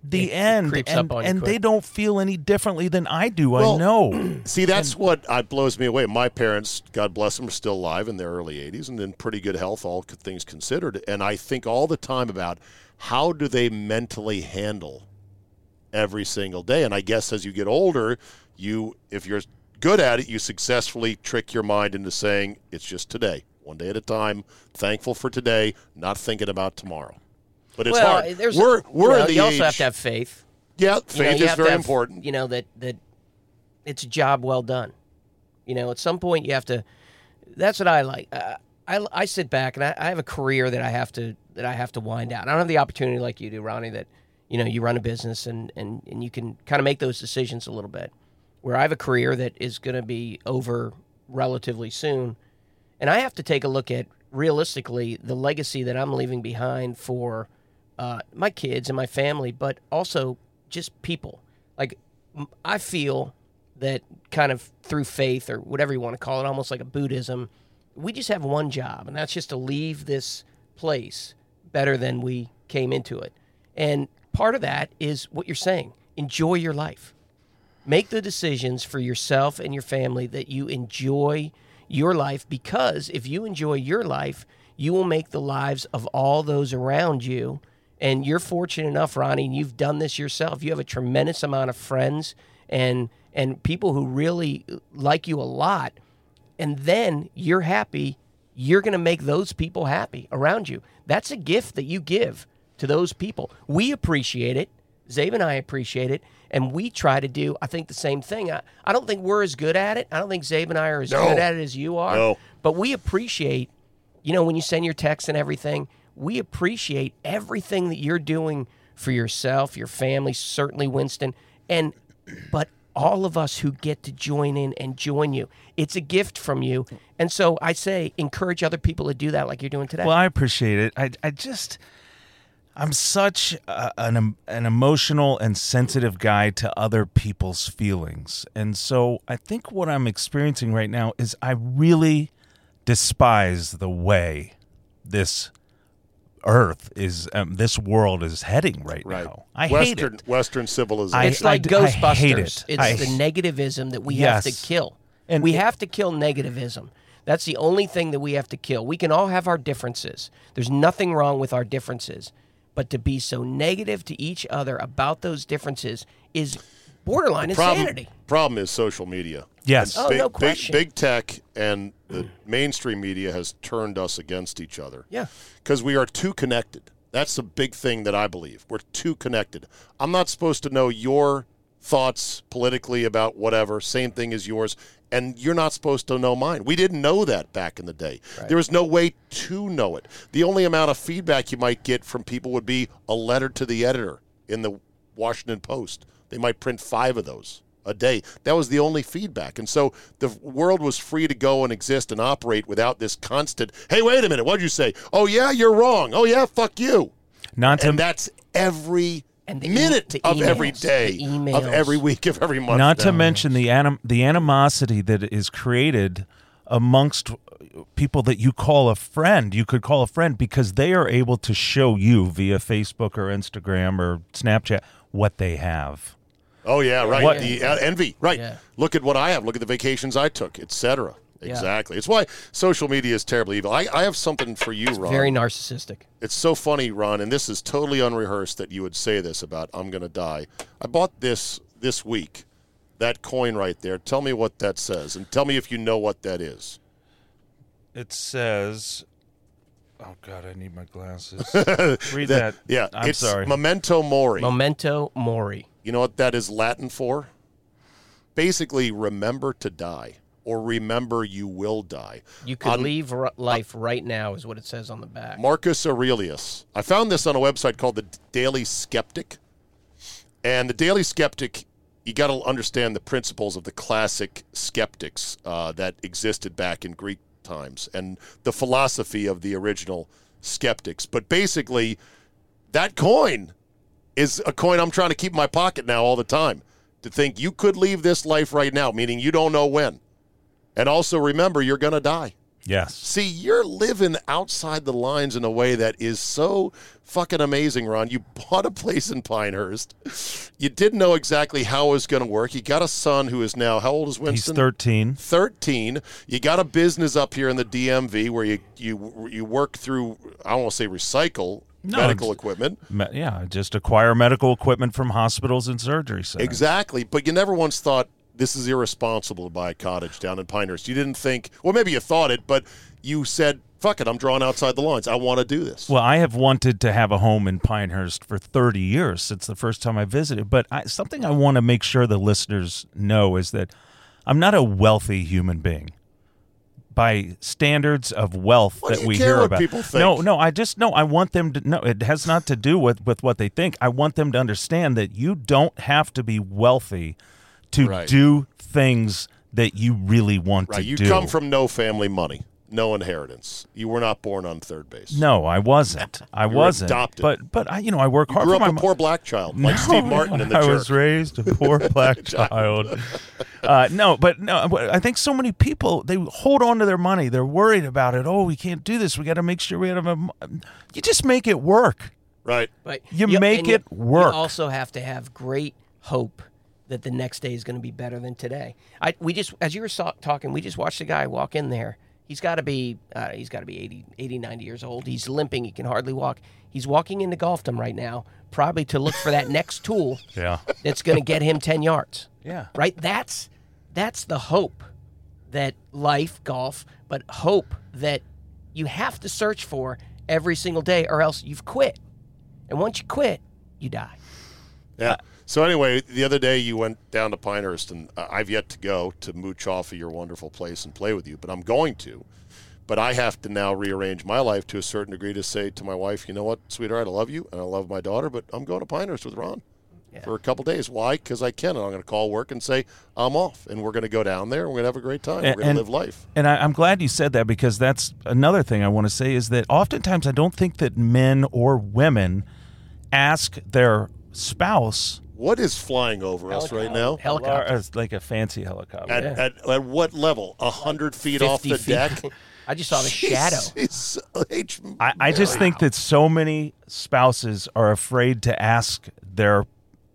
the It- it end, creeps and, up on you and quick. they don't feel any differently than I do. Well, I know. [clears throat] see, that's what uh, blows me away. My parents, God bless them, are still alive in their early 80s and in pretty good health, all c- things considered. And I think all the time about how do they mentally handle every single day. And I guess as you get older, you if you're good at it, you successfully trick your mind into saying it's just today, one day at a time, thankful for today, not thinking about tomorrow. But it's well, hard. there's We're we're you, know, in the you also age- have to have faith. yeah, You know, faith you is have to very have, important. You know that that it's a job well done. You know, at some point you have to. That's what I like. Uh, I I sit back and I, I have a career that I have to that I have to wind out. I don't have the opportunity like you do, Ronnie. That you know you run a business and and and you can kind of make those decisions a little bit. Where I have a career that is going to be over relatively soon, and I have to take a look at realistically the legacy that I'm leaving behind for uh, my kids and my family, but also just people. Like m- I feel that kind of through faith or whatever you want to call it, almost like a Buddhism, we just have one job, and that's just to leave this place better than we came into it. And part of that is what you're saying enjoy your life. Make the decisions for yourself and your family that you enjoy your life because if you enjoy your life, you will make the lives of all those around you. And you're fortunate enough, Ronnie, and you've done this yourself. You have a tremendous amount of friends and and people who really like you a lot. And then you're happy. You're going to make those people happy around you. That's a gift that you give to those people. We appreciate it. Zabe and I appreciate it, and we try to do, I think, the same thing. I, I don't think we're as good at it. I don't think Zabe and I are as No. good at it as you are. No. But we appreciate, you know, when you send your texts and everything, we appreciate everything that you're doing for yourself, your family, certainly Winston, and but all of us who get to join in and join you. It's a gift from you. And so I say encourage other people to do that like you're doing today. Well, I appreciate it. I, I just, I'm such a, an em- an emotional and sensitive guy to other people's feelings, and so I think what I'm experiencing right now is I really despise the way this earth is, um, this world is heading right, now. I Western hate it. Western civilization. I- It's like d- I Ghostbusters. hate It's it. I- the negativism that we have Yes. to kill. And- we have to kill negativism. That's the only thing that we have to kill. We can all have our differences. There's nothing wrong with our differences. But to be so negative to each other about those differences is borderline problem, insanity. problem is social media. Yes. Oh, big, no big- question. Big, tech and the mainstream media has turned us against each other. Yeah. Because we are too connected. That's the big thing that I believe. We're too connected. I'm not supposed to know your thoughts politically about whatever, same thing as yours, and you're not supposed to know mine. We didn't know that back in the day. There was no way to know it. The only amount of feedback you might get from people would be a letter to the editor in the Washington Post. They might print five of those a day. That was the only feedback. And so the world was free to go and exist and operate without this constant, hey, wait a minute, what'd you say? Oh, yeah, you're wrong. Oh, yeah, fuck you. Not to And that's every And the e- minute the of every emails, day, the emails. of every week, of every month. Not now. to mention the anim- the animosity that is created amongst people that you call a friend. You could call a friend because they are able to show you via Facebook or Instagram or Snapchat what they have. Oh, yeah, right. What- The uh, envy, right. Yeah. Look at what I have. Look at the vacations I took, etc. Yeah. Exactly. It's why social media is terribly evil. I, I have something for you, Ron. Very narcissistic. It's so funny, Ron, and this is totally unrehearsed that you would say this about I'm going to die. I bought this this week, that coin right there. Tell me what that says, and tell me if you know what that is. It [laughs] says, "Oh God, I need my glasses." Read That- that. yeah, I'm it's sorry. memento mori. Memento mori. you know what that is Latin for? Basically, remember to die, or remember you will die. You could leave r- life right now, is what it says on the back. Marcus Aurelius. I found this on a website called the Daily Skeptic. And the Daily Skeptic, you got to understand the principles of the classic skeptics uh, that existed back in Greek times and the philosophy of the original skeptics. But basically, that coin is a coin I'm trying to keep in my pocket now all the time to think you could leave this life right now, meaning you don't know when. And also remember, you're going to die. yes. See, you're living outside the lines in a way that is so fucking amazing, Ron. You bought a place in Pinehurst. You didn't know exactly how it was going to work. You got a son who is now, how old is He's Winston? 13. 13. You got a business up here in the DMV where you, you, you work through, I don't want to say recycle No, medical it's- equipment. Me- yeah, just acquire medical equipment from hospitals and surgery centers. Exactly. But you never once thought this is irresponsible to buy a cottage down in Pinehurst. You didn't think, well, maybe you thought it, but you said, fuck it, I'm drawn outside the lines. I want to do this. Well, I have wanted to have a home in Pinehurst for 30 years since the first time I visited. But I, something I want to make sure the listeners know is that I'm not a wealthy human being by standards of wealth What do that you we care hear what about. people think? No, no, I just no. I want them to no. It has not to do with with what they think. I want them to understand that you don't have to be wealthy to Right. do things that you really want Right. to You do. come from no family money, no inheritance. You were not born on third base. No, I wasn't. I You were wasn't. adopted. But but I, you know, I work hard. grew for up my a mo- poor black [laughs] child, like Steve Martin in The I Jerk. was raised a poor black child. Uh, no, but no, but I think so many people they hold on to their money. They're worried about it. Oh, we can't do this. um, We got to make sure we have a. mo- You just make it work. Right. Right. You make and it work. You also have to have great hope that the next day is going to be better than today. I we just as you were saw, talking, we just watched a guy walk in there. He's got to be uh, he's got to be 80, 80, 90 years old. He's limping. He can hardly walk. He's walking into golfdom right now, probably to look for that next tool [laughs] Yeah. that's going to get him 10 yards. Yeah. Right? That's that's the hope that life golf, but hope that you have to search for every single day or else you've quit. And once you quit, you die. Uh, Yeah. So anyway, the other day you went down to Pinehurst, and uh, I've yet to go to mooch off of your wonderful place and play with you, but I'm going to. But I have to now rearrange my life to a certain degree to say to my wife, you know what, sweetheart, I love you and I love my daughter, but I'm going to Pinehurst with Ron for a couple days. Why? Because I can, and I'm going to call work and say I'm off, and we're going to go down there, and we're going to have a great time. we're going to live life. And I, I'm glad you said that because that's another thing I want to say is that oftentimes I don't think that men or women ask their spouse What is flying over us right now? Helicopter. Or, uh, like a fancy helicopter. At, at, at what level? A hundred feet off the 50 feet. [laughs] deck? I just saw the shadow. [laughs] Jesus H. I, I just think that so many spouses are afraid to ask their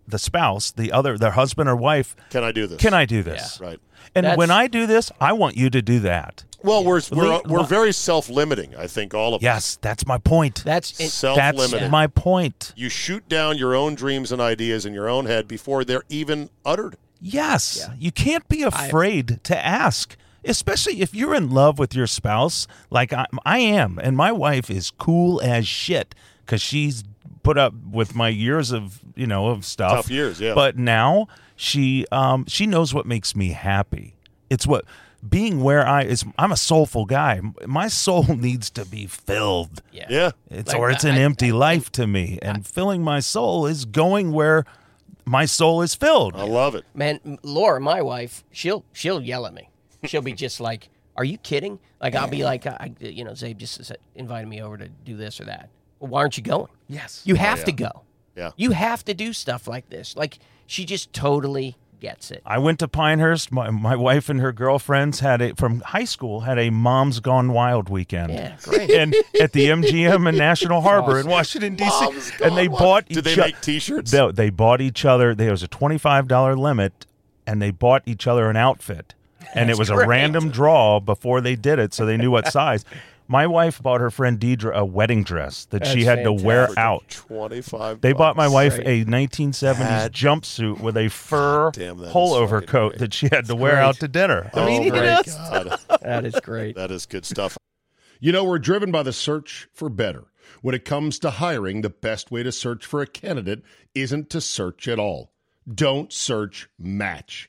the spouse, the other, their husband or wife, Can I do this? can I do this? Right. And That's- when I do this, I want you to do that. Well, we're uh, we're, Link- we're very self-limiting. I think all of us. Yes, that's my point. That's it, self-limiting. That's my point. you shoot down your own dreams and ideas in your own head before they're even uttered. Yes, you can't be afraid to ask, especially if you're in love with your spouse, like I, I am. And my wife is cool as shit because she's put up with my years of you know of stuff. Tough years, yeah. But now she um, she knows what makes me happy. It's what being where I is. I'm a soulful guy. My soul [laughs] needs to be filled. Yeah. Yeah. It's Like, or it's I- an I- empty life to me, and filling my soul is going where my soul is filled. Oh. I love it. Man, M- Laura, my wife, she'll she'll yell at me. She'll be just like, "Are you kidding?" Like I'll be like, uh, I, I- "You know, Zabe just s- invited me over to do this or that. Well, why aren't you going? Yes, you have to go. Yeah. you have to do stuff like this. Like she just totally gets it. I went to Pinehurst. My, my wife and her girlfriends had a from high school had a Moms Gone Wild weekend. Yeah, great. [laughs] And at the MGM in National Harbor in Washington D.C. And they bought. Did each they o- make T-shirts? No, they bought each other. There was a twenty five dollar limit, and they bought each other an outfit. And it was a great. random draw before they did it, so they [laughs] knew what size. My wife bought her friend Deidre a wedding dress that she had That's to wear For out. Twenty-five. They bought my bucks. wife Right. a 1970s That- jumpsuit with a fur Damn, that is pullover fucking coat great. that she had to wear out to dinner. I mean, Oh you know, my god, [laughs] That is great. that is good stuff. You know, we're driven by the search for better. When it comes to hiring, the best way to search for a candidate isn't to search at all. Don't search match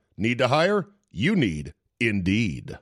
Need to hire? You need Indeed.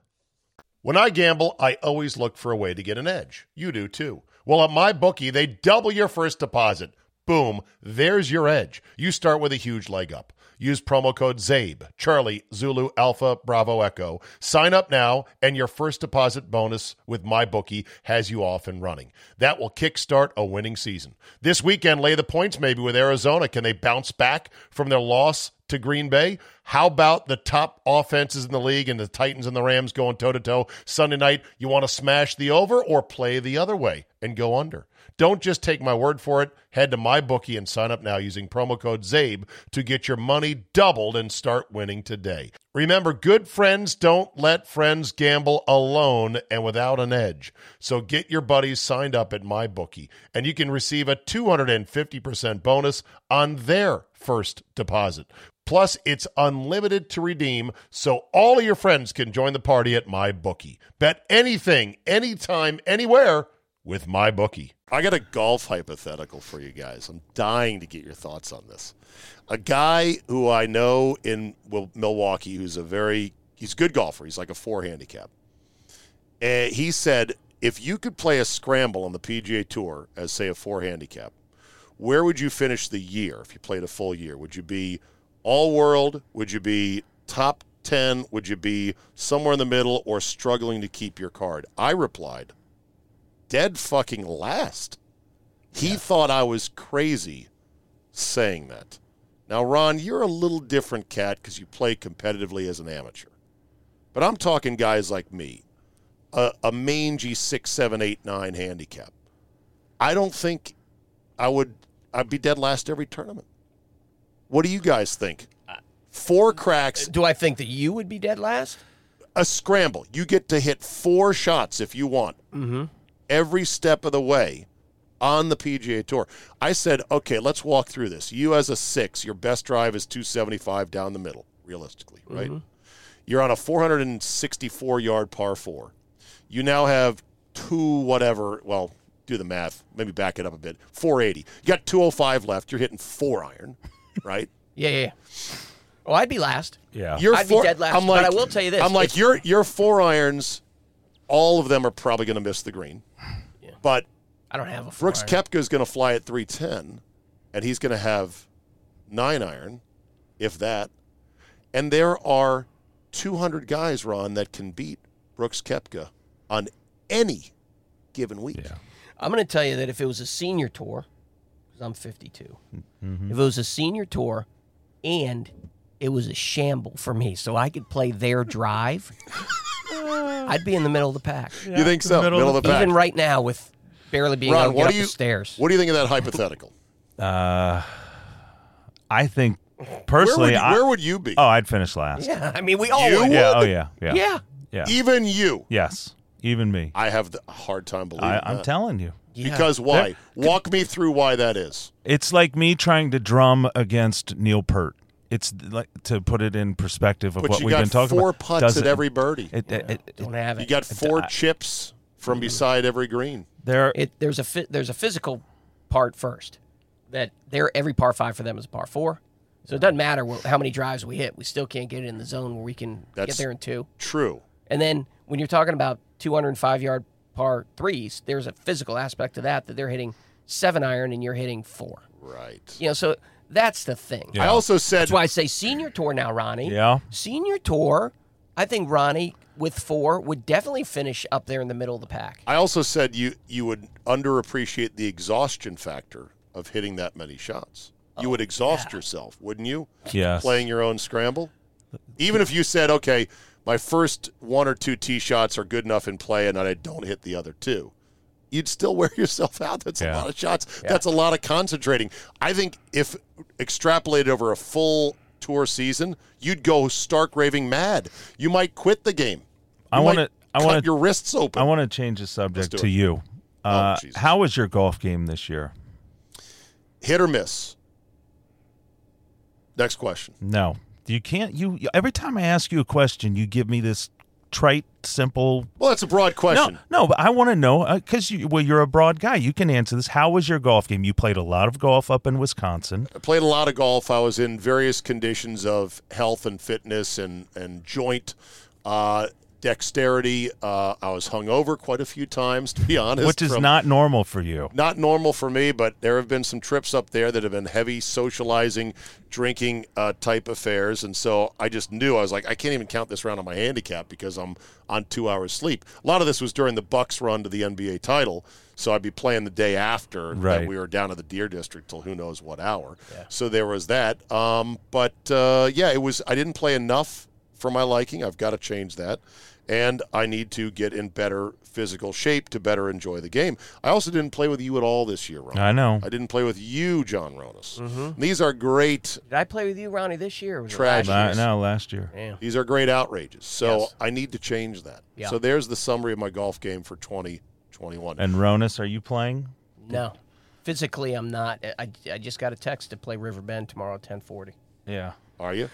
When I gamble, I always look for a way to get an edge. You do too. Well, at my bookie, they double your first deposit, Boom, there's your edge. You start with a huge leg up. Use promo code ZABE, Charlie, Zulu, Alpha, Bravo, Echo. Sign up now, and your first deposit bonus with MyBookie has you off and running. That will kickstart a winning season. This weekend, lay the points maybe with Arizona. Can they bounce back from their loss to Green Bay? How about the top offenses in the league and the Titans and the Rams going toe to toe Sunday night? You want to smash the over or play the other way and go under? Don't just take my word for it. Head to MyBookie and sign up now using promo code ZABE to get your money doubled and start winning today. Remember, good friends don't let friends gamble alone and without an edge. So get your buddies signed up at MyBookie, and you can receive a 250% bonus on their first deposit. Plus, it's unlimited to redeem, so all of your friends can join the party at MyBookie. Bet anything, anytime, anywhere with MyBookie. I got a golf hypothetical for you guys. I'm dying to get your thoughts on this. A guy who I know in Wil- Milwaukee who's a very he's a good golfer. He's like a 4 handicap. Uh, he said if you could play a scramble on the PGA Tour as say a 4 handicap, where would you finish the year if you played a full year? Would you be all world? Would you be top 10? Would you be somewhere in the middle or struggling to keep your card? I replied, dead fucking last. He thought I was crazy saying that. Now, Ron, you're a little different cat because you play competitively as an amateur. But I'm talking guys like me, a, a mangy six, seven, eight, nine handicap. I don't think I would. I'd be dead last every tournament. What do you guys think? Four cracks. Do I think that you would be dead last? A scramble. You get to hit four shots if you want Mm-hmm. every step of the way on the PGA Tour. I said, okay, let's walk through this. You as a six, your best drive is 275 down the middle, realistically, right? Mhm. You're on a 464 yard par four. You now have two whatever. Well, do the math. Maybe back it up a bit. 480. You got 205 left. You're hitting four iron, [laughs] right? Yeah, yeah. yeah. Oh, I'd be last. Yeah. You're I'd four- be dead last. I'm like- but I will tell you this. I'm like if- your your four irons. All of them are probably going to miss the green, but I don't have a four Brooks iron. Koepka is going to fly at 310, and he's going to have nine iron, if that. And there are 200 guys, Ron, that can beat Brooks Kepka on any given week. I'm going to tell you that if it was a senior tour, because I'm 52, Mm-hmm. if it was a senior tour and it was a shamble for me, so I could play [laughs] their drive, I'd be in the middle of the pack. You think so? Middle, of the pack. Even right now, with barely being Ron, able to get what up do you the stairs. what do you think of that hypothetical? Uh, I think where would, personally, you, I, where would you be? oh, I'd finish [laughs] last. Yeah, I mean, we all You would. Yeah. Oh yeah. Yeah. Yeah. Yeah. Even you, yes. Even me. I have the- a hard time believing. I, I'm that. telling you. Yeah. Because why? There- Walk me through why that is. It's like me trying to drum against Neil Peart. It's like to put it in perspective of But what you we've got been talking four about. putts Does at it- every birdie. It, it, it- Don't have it. You got four chips from beside every green. there, it there's a phy- there's a physical part first that they're every par five for them is a par four so it doesn't matter wh- how many drives we hit we still can't get it in the zone where we can That's- get there in two True. and then when you're talking about 205 yard par threes there's a physical aspect to that that they're hitting seven iron and you're hitting four Right. you know so that's the thing I also said that's why i say senior tour now ronnie Yeah. senior tour i think ronnie with four would definitely finish up there in the middle of the pack I also said you you would underappreciate the exhaustion factor of hitting that many shots. you would exhaust yourself, wouldn't you? Yes. Playing your own scramble. Even if you said, okay, my first one or two tee shots are good enough in play and I don't hit the other two, you'd still [laughs] wear yourself out. That's a Yeah. lot of shots. That's a lot of concentrating. I think if extrapolated over a full tour season, you'd go stark raving mad. You might quit the game. I You might wanna- I cut wanna- your wrists open. I want to change the subject do it. to Oh, you. Uh, Jesus. how was your golf game this year? hit or miss. Next question. No, you can't. You you- every time I ask you a question, you give me this trite, simple. Well, that's a broad question. No, no, but I want to know because you, well, you're a broad guy. You can answer this. How was your golf game? You played a lot of golf up in Wisconsin. I played a lot of golf. I was in various conditions of health and fitness and and joint. Uh, dexterity. Uh, I was hungover quite a few times, to be honest. Which is from- not normal for you. Not normal for me, but there have been some trips up there that have been heavy socializing, drinking uh, type affairs, and so I just knew I was like, I can't even count this round on my handicap because I'm on two hours sleep. A lot of this was during the Bucks run to the NBA title, so I'd be playing the day after Right. that we were down at the Deer District till who knows what hour. So there was that. Um, but uh, yeah, it was. I didn't play enough for my liking. I've got to change that. And I need to get in better physical shape to better enjoy the game. I also didn't play with you at all this year, Ron. I know. I didn't play with you, John Ronas. Mhm. These are great Did I play with you, Ronnie, this year? Or was it last tragedies. year? La- no, last year. Yeah. These are great outrages. So Yes. I need to change that. Yeah. So there's the summary of my golf game for 2021. And Ronas, are you playing? No. Physically, I'm not. I- I, I just got a text to play River Bend tomorrow at 1040. Yeah. are you?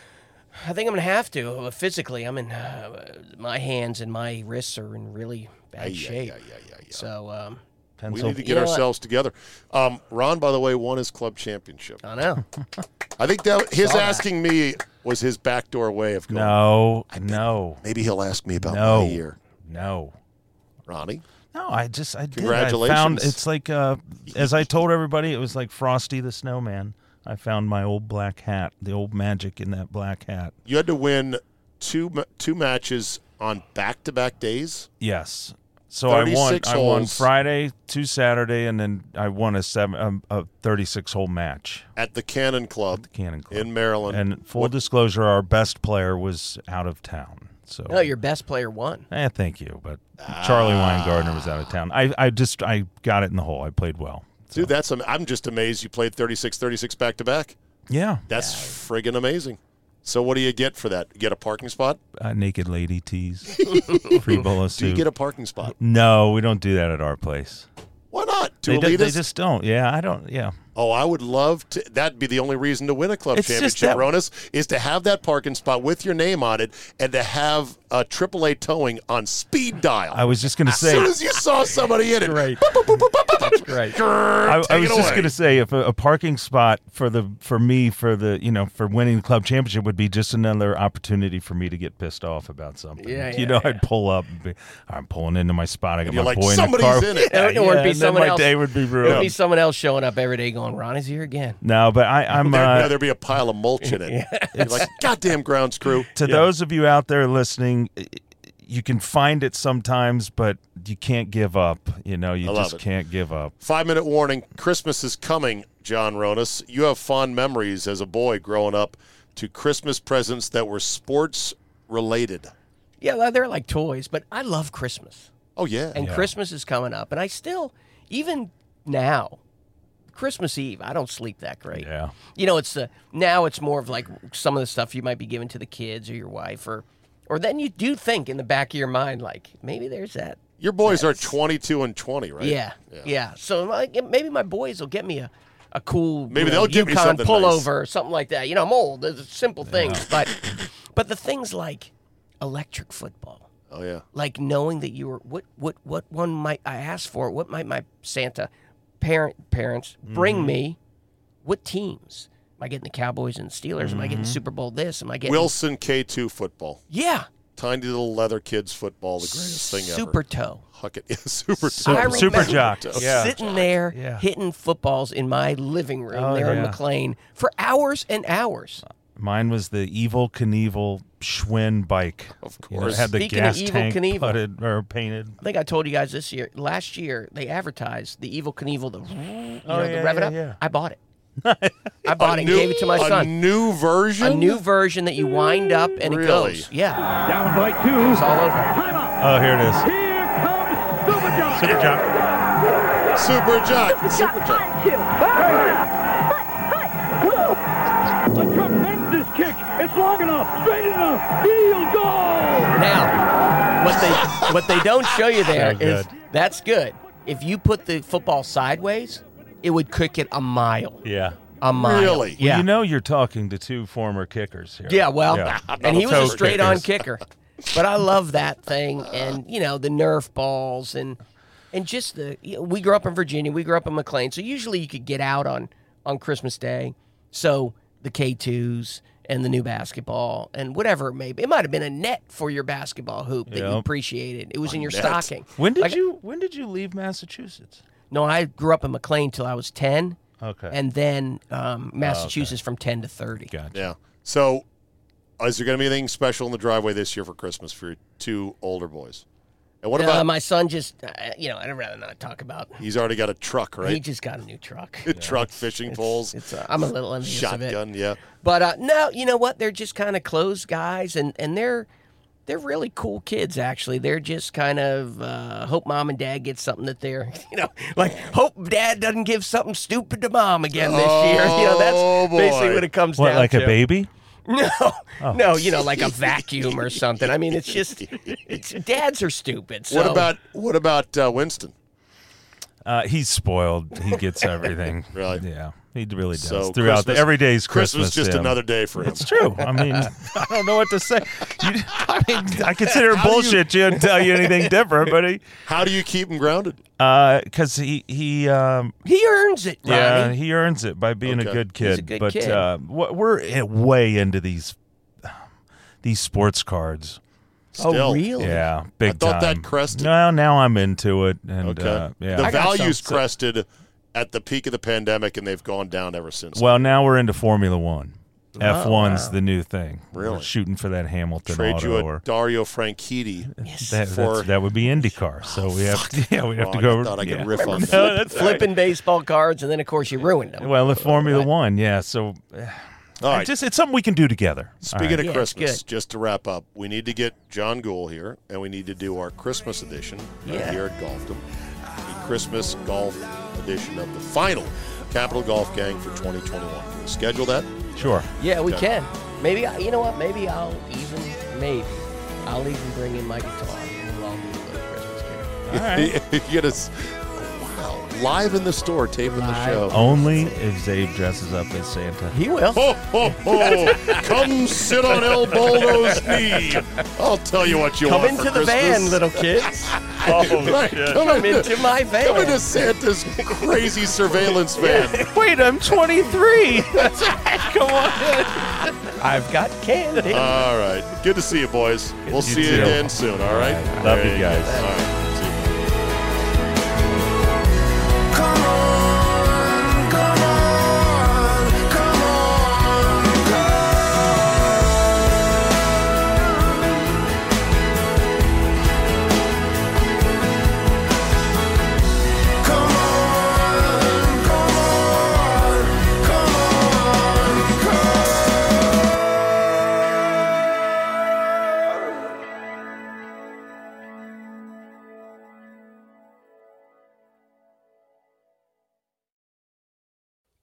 I think I'm going to have to. Physically, I'm in, uh, my hands and my wrists are in really Ay, bad ay, shape. ay, ay, ay, ay. So, um, We Pencil. need to You get know what? ourselves together. Um, Ron, by the way, won his club championship. Uh, I [laughs] know. I think that his Saw that. asking me was his backdoor way of going. no, Oh, no, Maybe he'll ask me about No. my year, no. Ronnie. No, I just I did. I found Congratulations. it's like uh, as I told everybody, it was like Frosty the Snowman. I found my old black hat, the old magic in that black hat. You had to win two ma- two matches on back to back days. Yes. So I won. 36 I won holes. Friday to Saturday, and then I won a seven um, a thirty six hole match. at the Cannon Club, Cannon Club. in Maryland. And full What- disclosure, our best player was out of town. So No, your best player won. Eh, thank you, but Charlie Weingartner was out of town. I, I just I got it in the hole. I played well. dude, that's am- I'm just amazed you played 36 36 back to back. Yeah, That's friggin' amazing. So what do you get for that? You get a parking spot? uh, naked lady tees, free bolo Do suit. you get a parking spot? no, we don't do that at our place. Why not? Two They, do- they elitists? just don't. Yeah, I don't. Yeah, Oh, I would love to. That'd be the only reason to win a club It's just championship, that- Ronas, is to have that parking spot with your name on it and to have a AAA towing on speed dial. I was just gonna as say. soon as you saw somebody in it, Right. right. I, I was it just away. gonna say if a, a parking spot for the for me for the you know for winning the club championship would be just another opportunity for me to get pissed off about something. Yeah, you yeah, know, I'd pull up. And be, I'm pulling into my spot. I got you're my like, boy in the "Somebody's car. in it." Or it'd be and then someone my else. day would be There'll be ruined. someone else showing up every day going, Ronnie's here again. No, but I, I'm There'd uh, rather be a pile of mulch in it. You're like, goddamn grounds crew. to those of you out there listening. i- i- You can find it sometimes, but you can't give up. You know, you I love just it. can't give up. Five minute warning Christmas is coming, John Ronas. You have fond memories as a boy growing up to Christmas presents that were sports related. Yeah, they're like toys, but I love Christmas. Oh, yeah. And Christmas is coming up. And I still, even now, Christmas Eve, I don't sleep that great. Yeah. You know, it's the now it's more of like some of the stuff you might be giving to the kids or your wife or or then you do think in the back of your mind like maybe there's that. Your boys are 22 and 20, right? Yeah, yeah. So like, maybe my boys will get me a a cool Maybe you they'll know, get me Yukon something pullover nice. or something like that. You know, I'm old. There's simple things, but but the things like electric football Oh, yeah. like knowing that you were what what what one might I ask for? What might my Santa parent parents bring Mm-hmm. me? What teams? Am I getting the Cowboys and Steelers? Am I Mm-hmm. getting Super Bowl this? Am I getting Wilson K2 football. Yeah, Tiny little leather kids football, the greatest thing ever. Super Toe. Huck it. [laughs] Yeah, super. I Super, remember [laughs] super jock. Yeah. Sitting there Yeah. hitting footballs in my living room Oh, there in yeah. McLean for hours and hours. Mine was the evil Knievel Schwinn bike. Of course, it had the Speaking of gas Evil tank Knievel. putted or painted. I think I told you guys this year. Last year they advertised the Evil Knievel, the you know, Oh, yeah, the rev it yeah, up. yeah. I [laughs] bought it. I bought it and New- gave it to my a son. new version? a new version that you wind up and it Really? goes. Yeah, Down by two. it's all over. Oh, here it is. Here comes Super John. Super jock. Super Jock. Super Jock. A tremendous kick. It's long enough, straight enough, field goal. Now, what they what they don't show you there is So good. that's good. If you put the football sideways, it would kick it a mile. Yeah. A mile. Really? Well, Yeah. You know you're talking to two former kickers here. yeah. Well, and he was a Toe straight on kicker, but I love that thing, and you know the Nerf balls and and just the you know, we grew up in Virginia, we grew up in McLean, so usually you could get out on on Christmas Day, so. the K2s and the new basketball and whatever it may be. It might have been a net for your basketball hoop that you Yep. appreciated. It was in your Net. stocking. When did Like- you when did you leave Massachusetts? No, I grew up in McLean till I was 10. Okay. And then um, Massachusetts from 10 to 30. Gotcha. Yeah. So, is there going to be anything special in the driveway this year for Christmas for your two older boys? And what about? my son just, uh, you know, I'd rather not talk about. he's already got a truck, right? He just got a new truck. [laughs] uh, truck, fishing poles. I'm a little envious of it. Shotgun, yeah. But uh, no, you know what? They're just kind of closed guys, and and they're they're really cool kids. Actually, they're just kind of uh, hope mom and dad get something that they're [laughs] you know like hope dad doesn't give something stupid to mom again this year. [laughs] You know that's Oh, boy. basically what it comes What, down like to. a baby? [laughs] Oh. No, no, you know like a vacuum or something. I mean, it's just it's dads are stupid. So. What about what about uh, Winston? Uh, he's spoiled. He gets everything. [laughs] Really? Yeah, he really does. So Throughout Christmas- the every day's Christmas Christmas. just to him. another day for him. It's true. [laughs] I mean, [laughs] I don't know what to say. You, I mean, I consider it bullshit. You, didn't tell you anything different, but he, How do you keep him grounded? because he he um, he earns it? yeah Ronnie. he earns it by being Okay. a good kid. He's a good but kid. Uh, wh- we're uh, way into these these sports cards. oh Still. really? Yeah, uh, big time. thought that crested. No, now I'm into it, and Okay. uh, yeah. The got values some- crested at the peak of the pandemic, and they've gone down ever since. Well, now we're into Formula One. F one's the new thing. Really? We're shooting for that Hamilton Trade auto you a or Dario Franchitti. that, for- that's- that would be IndyCar. So we have to, yeah, we have to Wrong. go. I thought I could yeah. riff [laughs] on No, that. that's all right. Flipping baseball cards, and then of course you ruined them. Well, the Formula One, yeah. So uh, All right. it just it's something we can do together. Speaking of Yeah, it's Christmas, good. just to wrap up, we need to get John Gould here, and we need to do our Christmas edition right Yeah. here at Golfdom, the Christmas golf edition of the final Capital Golf Gang for 2021. We'll schedule that. of sure. Yeah, we Okay. can. Maybe I- you know what? Maybe I'll even maybe I'll even bring in my guitar and we'll all do a little Christmas carol. All [laughs] right. get us wow live in the store taping the Live. show. Only if Zabe dresses up as Santa. He will. Oh, Ho, ho, [laughs] ho. Come sit on El Baldo's knee. I'll tell you what you Come want into for the van, Christmas. little [laughs] kids. [laughs] Right, Come, Come into, into my come into van. Santa's crazy surveillance [laughs] van. Wait, I'm [laughs] 23. Come on. I've got candy. All right. Good to see you, boys. we'll to see see you you too. again soon, all right? right. Love There you guys. go. All right. See you. Come on, come on, come on, come on, come on, come on, come on.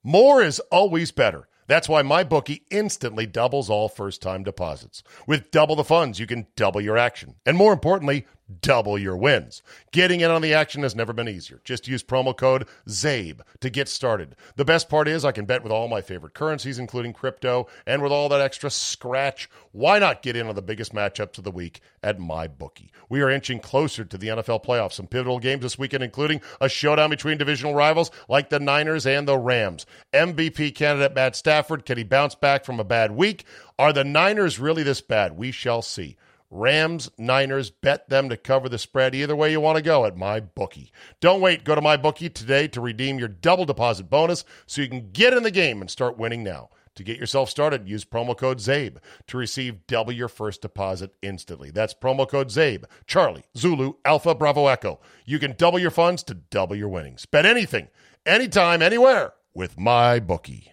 More is always better. That's why my bookie instantly doubles all first time deposits. With double the funds, you can double your action. And more importantly, double your wins. Getting in on the action has never been easier. Just use promo code ZABE to get started. The best part is I can bet with all my favorite currencies, including crypto, and with all that extra scratch, why not get in on the biggest matchups of the week at my bookie? We are inching closer to the NFL playoffs. Some pivotal games this weekend, including a showdown between divisional rivals like the Niners and the Rams. MVP candidate Matt Stafford, can he bounce back from a bad week? Are the Niners really this bad? We shall see. Rams, Niners, bet them to cover the spread either way you want to go at my bookie. Don't wait, go to my bookie today to redeem your double deposit bonus so you can get in the game and start winning now. To get yourself started, use promo code ZABE to receive double your first deposit instantly. That's promo code ZABE, Charlie, Zulu, Alpha, Bravo, Echo. You can double your funds to double your winnings. Bet anything, anytime, anywhere with my bookie.